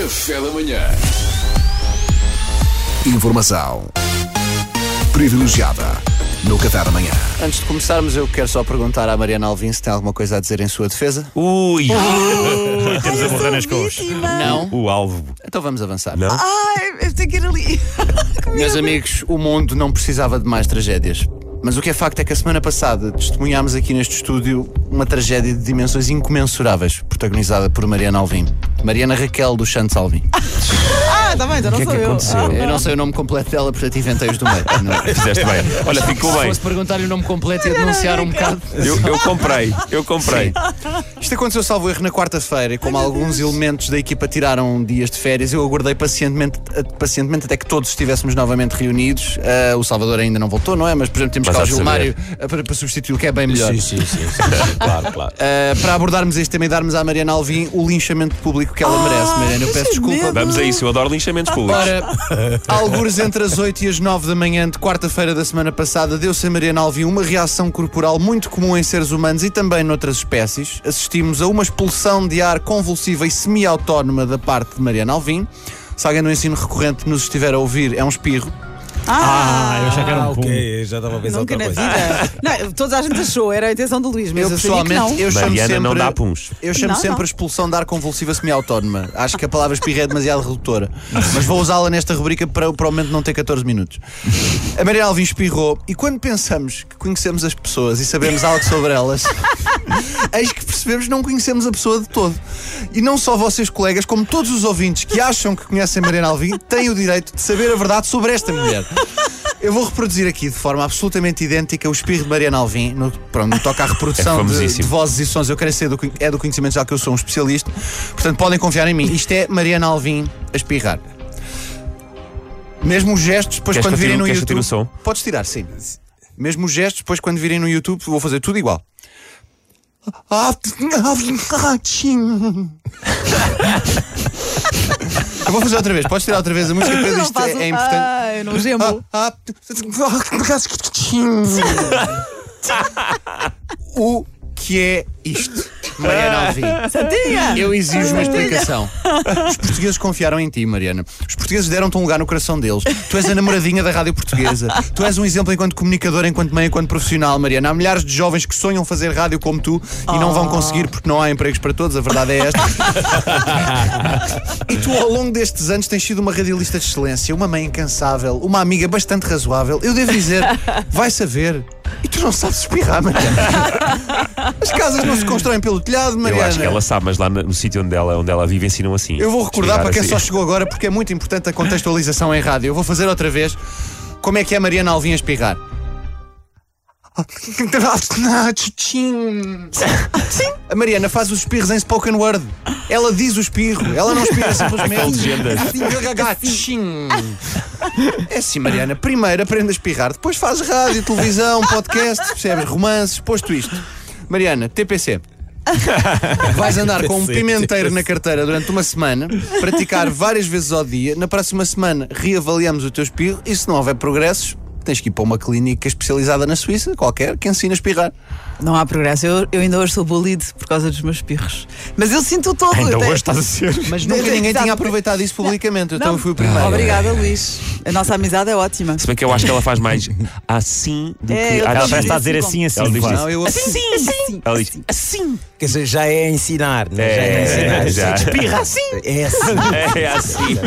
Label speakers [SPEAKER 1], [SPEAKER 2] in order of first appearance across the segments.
[SPEAKER 1] Café da manhã.
[SPEAKER 2] Informação privilegiada no Café da Manhã.
[SPEAKER 3] Antes de começarmos, eu quero só perguntar à Mariana Alvim se tem alguma coisa a dizer em sua defesa.
[SPEAKER 4] Uh,
[SPEAKER 5] Ui! Temos a morrer nas cores.
[SPEAKER 3] Não.
[SPEAKER 5] O alvo.
[SPEAKER 3] Então vamos avançar.
[SPEAKER 5] Não?
[SPEAKER 4] Ai, eu tenho que ir ali.
[SPEAKER 3] Meus amigos, o mundo não precisava de mais tragédias. Mas o que é facto é que a semana passada testemunhámos aqui neste estúdio uma tragédia de dimensões incomensuráveis, protagonizada por Mariana Alvim. Mariana Raquel dos Santos Alvim.
[SPEAKER 4] Ah, tá bem, então não
[SPEAKER 5] O que é
[SPEAKER 4] sou
[SPEAKER 5] que
[SPEAKER 4] eu.
[SPEAKER 5] aconteceu?
[SPEAKER 3] Eu não sei o nome completo dela, portanto inventei-os do meio. Não é?
[SPEAKER 5] Fizeste bem. Olha, ficou
[SPEAKER 3] Se
[SPEAKER 5] bem.
[SPEAKER 3] fosse perguntar o nome completo e denunciar um bocado.
[SPEAKER 5] Eu, eu comprei, eu comprei.
[SPEAKER 3] Isto aconteceu, salvo erro, na quarta-feira e como alguns elementos da equipa tiraram dias de férias, eu aguardei pacientemente, pacientemente até que todos estivéssemos novamente reunidos. Ah, o Salvador ainda não voltou, não é? Mas, por exemplo, temos
[SPEAKER 5] Mas
[SPEAKER 3] cá
[SPEAKER 5] há
[SPEAKER 3] o
[SPEAKER 5] de
[SPEAKER 3] Gilmário ah, para, para substituí-lo, que é bem melhor.
[SPEAKER 5] sim, sim, sim. Claro, claro.
[SPEAKER 3] Ah, para abordarmos este tema e darmos à Mariana Alvim o linchamento público que ela merece, Mariana. Eu peço
[SPEAKER 4] linchamento.
[SPEAKER 3] desculpa.
[SPEAKER 5] Vamos a isso, eu adoro linchamentos públicos.
[SPEAKER 3] Ora, algures entre as 8 e as 9 da manhã de quarta-feira da semana passada, deu-se a Mariana Alvim uma reação corporal muito comum em seres humanos e também noutras espécies. Assistimos a uma expulsão de ar convulsiva e semi-autónoma da parte de Mariana Alvim. Se alguém do ensino recorrente nos estiver a ouvir, é um espirro.
[SPEAKER 4] Ah,
[SPEAKER 6] eu já quero um pum.
[SPEAKER 7] já estava a
[SPEAKER 5] é
[SPEAKER 7] pensar
[SPEAKER 4] nunca
[SPEAKER 7] outra
[SPEAKER 4] na
[SPEAKER 7] coisa.
[SPEAKER 4] vida. Não, toda a gente achou, era a intenção do Luís, mas eu,
[SPEAKER 3] Mas,
[SPEAKER 4] percebi que não.
[SPEAKER 3] eu chamo
[SPEAKER 5] Mariana
[SPEAKER 3] sempre.
[SPEAKER 5] não dá puns.
[SPEAKER 3] Eu chamo
[SPEAKER 4] Não,
[SPEAKER 3] sempre
[SPEAKER 4] não.
[SPEAKER 3] expulsão de ar convulsiva semi-autónoma. Acho que a palavra espirra é demasiado redutora. Mas vou usá-la nesta rubrica para para o momento não ter 14 minutos. A Maria Alvim espirrou e quando pensamos que conhecemos as pessoas e sabemos algo sobre elas, eis que percebemos que não conhecemos a pessoa de todo. E não só vocês, colegas, como todos os ouvintes que acham que conhecem Mariana Alvim têm o direito de saber a verdade sobre esta mulher. Eu vou reproduzir aqui de forma absolutamente idêntica o espirro de Mariana Alvim, no, pronto, no toca à reprodução de,
[SPEAKER 5] É famosíssimo.
[SPEAKER 3] de vozes e sons. Eu quero ser do, conhe- é do conhecimento, já que eu sou um especialista. Portanto, podem confiar em mim. Isto é Mariana Alvim a espirrar. Mesmo os gestos, depois
[SPEAKER 5] Queres
[SPEAKER 3] quando
[SPEAKER 5] que eu
[SPEAKER 3] virem
[SPEAKER 5] tire- um-
[SPEAKER 3] no
[SPEAKER 5] queres que
[SPEAKER 3] YouTube.
[SPEAKER 5] eu tire o som?
[SPEAKER 3] Podes tirar, sim. Mesmo os gestos, depois quando virem no YouTube, vou fazer tudo igual. Eu vou fazer outra vez. Podes tirar outra vez a música, Pedro?
[SPEAKER 4] não
[SPEAKER 3] Isto
[SPEAKER 4] faço-
[SPEAKER 3] é, é importante. Ah.
[SPEAKER 4] Ai, não gemo.
[SPEAKER 3] O que é isto? Mariana Alvim.
[SPEAKER 4] Santinha!
[SPEAKER 3] Eu exijo uma explicação. Os portugueses confiaram em ti, Mariana. Os portugueses deram-te um lugar no coração deles. Tu és a namoradinha da rádio portuguesa. Tu és um exemplo enquanto comunicadora, enquanto mãe, enquanto profissional, Mariana. Há milhares de jovens que sonham fazer rádio como tu e não vão conseguir porque não há empregos para todos. A verdade é esta. E tu, ao longo destes anos, tens sido uma radialista de excelência, uma mãe incansável, uma amiga bastante razoável. Eu devo dizer, vai saber. E tu não sabes espirrar, Mariana. As casas não se constroem pelo telhado,
[SPEAKER 5] Eu
[SPEAKER 3] Mariana.
[SPEAKER 5] acho que ela sabe, mas lá no, no sítio onde ela, onde ela vive ensinam assim.
[SPEAKER 3] Eu vou recordar
[SPEAKER 5] Explicar
[SPEAKER 3] para quem
[SPEAKER 5] assim.
[SPEAKER 3] só chegou agora porque é muito importante a contextualização em rádio. Eu vou fazer outra vez como é que é a Mariana Alvim a espirrar. A Mariana faz os espirros em spoken word. Ela diz o espirro, ela não espirra simplesmente. Assim, ah, É assim, Mariana. Primeiro aprende a espirrar, depois faz rádio, televisão, podcast, percebes? Romances, posto isto. Mariana, TPC. Vais andar com um pimenteiro na carteira durante uma semana, praticar várias vezes ao dia. Na próxima semana reavaliamos o teu espirro e se não houver progressos, tens que ir para uma clínica especializada na Suíça, qualquer, que ensina a espirrar.
[SPEAKER 4] Não há progresso, eu, eu ainda hoje sou bullied por causa dos meus espirros. Mas eu sinto todo.
[SPEAKER 5] Ainda
[SPEAKER 4] Eu tenho-
[SPEAKER 5] hoje estás a ser.
[SPEAKER 3] Mas nunca
[SPEAKER 4] Exato.
[SPEAKER 3] ninguém tinha aproveitado isso publicamente. então Eu também fui o primeiro.
[SPEAKER 4] Obrigada, Luís. A nossa amizade é ótima.
[SPEAKER 5] Se bem que eu acho que ela faz mais assim do que.
[SPEAKER 4] É, eu
[SPEAKER 5] Ah,
[SPEAKER 6] Ela
[SPEAKER 4] também.
[SPEAKER 5] diz-
[SPEAKER 6] parece estar a dizer assim, assim.
[SPEAKER 5] Ela diz
[SPEAKER 6] vá.
[SPEAKER 3] Não, eu
[SPEAKER 4] Sim, sim. Assim.
[SPEAKER 5] ela diz.
[SPEAKER 7] Quer dizer, já é ensinar, não
[SPEAKER 5] É,
[SPEAKER 7] é? Já
[SPEAKER 5] já.
[SPEAKER 7] é ensinar. Espirra assim. É assim.
[SPEAKER 5] É assim.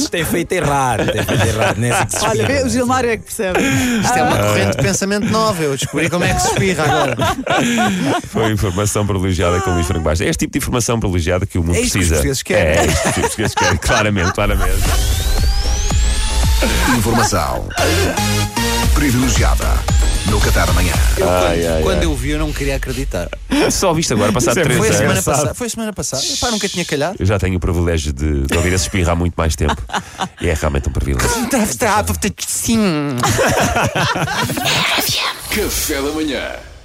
[SPEAKER 7] Tem- Tem feito errar. Tem feito errar. Não é assim que se
[SPEAKER 4] Olha, vê,
[SPEAKER 7] espirra.
[SPEAKER 4] o Gilmário é que percebe.
[SPEAKER 3] Isto é uma
[SPEAKER 5] Ah.
[SPEAKER 3] corrente de pensamento nova. Eu descobri como é que se espirra agora.
[SPEAKER 5] Foi informação privilegiada com o Luís Franco Bastos. É este tipo de informação privilegiada que o mundo
[SPEAKER 3] É isto que os
[SPEAKER 5] precisa.
[SPEAKER 3] portugueses querem.
[SPEAKER 5] É, é isto que os portugueses querem. Claramente, claramente.
[SPEAKER 2] Informação privilegiada no Café da Manhã.
[SPEAKER 3] Quando eu vi, eu não queria acreditar.
[SPEAKER 5] Só viste agora, passado três
[SPEAKER 3] Foi a
[SPEAKER 5] anos.
[SPEAKER 3] semana passada. Foi a semana passada. Pá, nunca tinha calhado.
[SPEAKER 5] Eu já tenho o privilégio de, de ouvir esse espirro há muito mais tempo. E é realmente um privilégio.
[SPEAKER 3] Sim.
[SPEAKER 1] Café da manhã.